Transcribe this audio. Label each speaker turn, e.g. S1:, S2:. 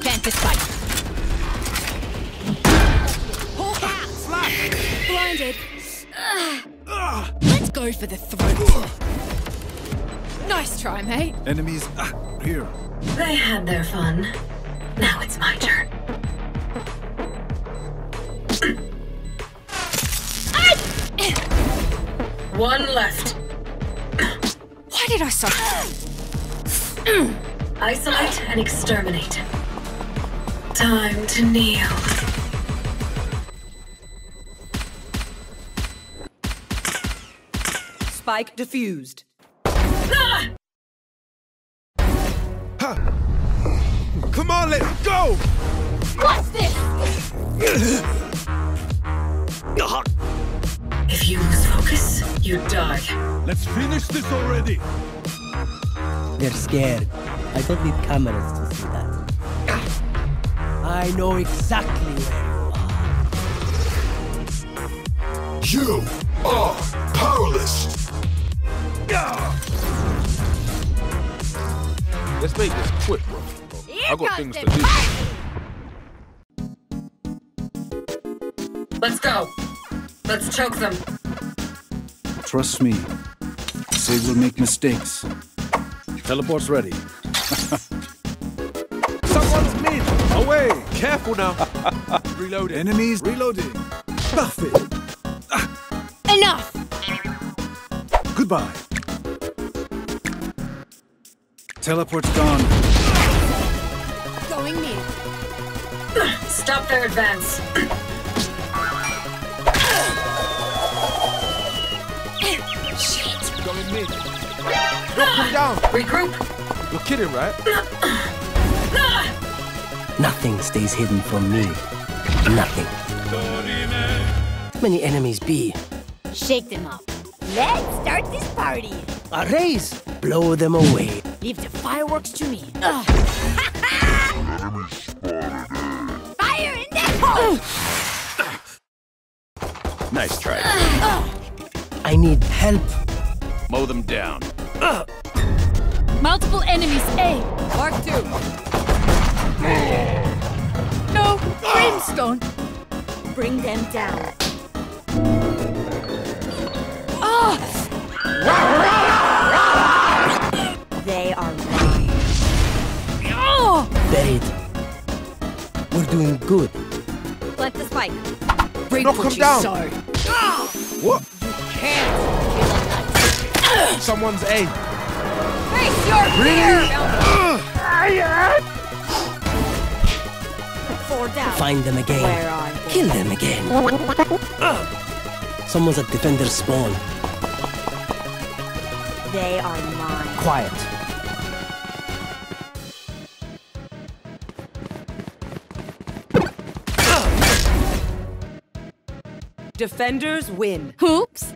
S1: Can't despite. Hawk out! Blinded. Let's go for the throat. Nice try, mate.
S2: Enemies ah, here.
S3: They had their fun. Now it's my turn. One left.
S1: Why did I suck?
S3: Isolate and exterminate. Time to kneel.
S4: Spike diffused.
S3: Ah!
S2: Come on, let's go!
S1: What's this?
S3: If you lose focus, you die.
S2: Let's finish this already!
S5: They're scared. I don't need cameras to see that. I know exactly where you are.
S6: You are powerless.
S7: Let's make this quick, bro. I got things to do.
S3: Let's go. Let's choke them.
S2: Trust me. They will make mistakes. Teleport's ready. Someone's mid! Away!
S7: Careful now. Reloading.
S2: Enemies reloading. Buff it!
S1: Enough!
S2: Goodbye. Teleport's gone.
S1: Going near.
S3: Stop their advance.
S1: Shit!
S7: Going mid. Knock him down.
S3: Regroup.
S7: You're kidding, right?
S5: Nothing stays hidden from me. Nothing. Many enemies be.
S1: Shake them up. Let's start this party.
S5: Arrays! Blow them away.
S1: Leave the fireworks to me. Ugh. Fire in that hole!
S8: Nice try.
S5: I need help.
S8: Mow them down.
S1: Multiple enemies, A.
S4: Mark two.
S1: No, brimstone. Bring them down. They are mine.
S5: Buried. We're doing good.
S4: Plant the spike.
S1: Bring
S7: Knock
S1: what
S7: him
S1: you
S7: down.
S1: sow.
S7: What? You can't. Someone's A.
S4: Face your fear!
S1: Four down.
S5: Find them again.
S1: are
S5: Kill them again. Someone's at defender spawn.
S1: They are mine.
S5: Quiet.
S4: Defenders win.
S1: Oops.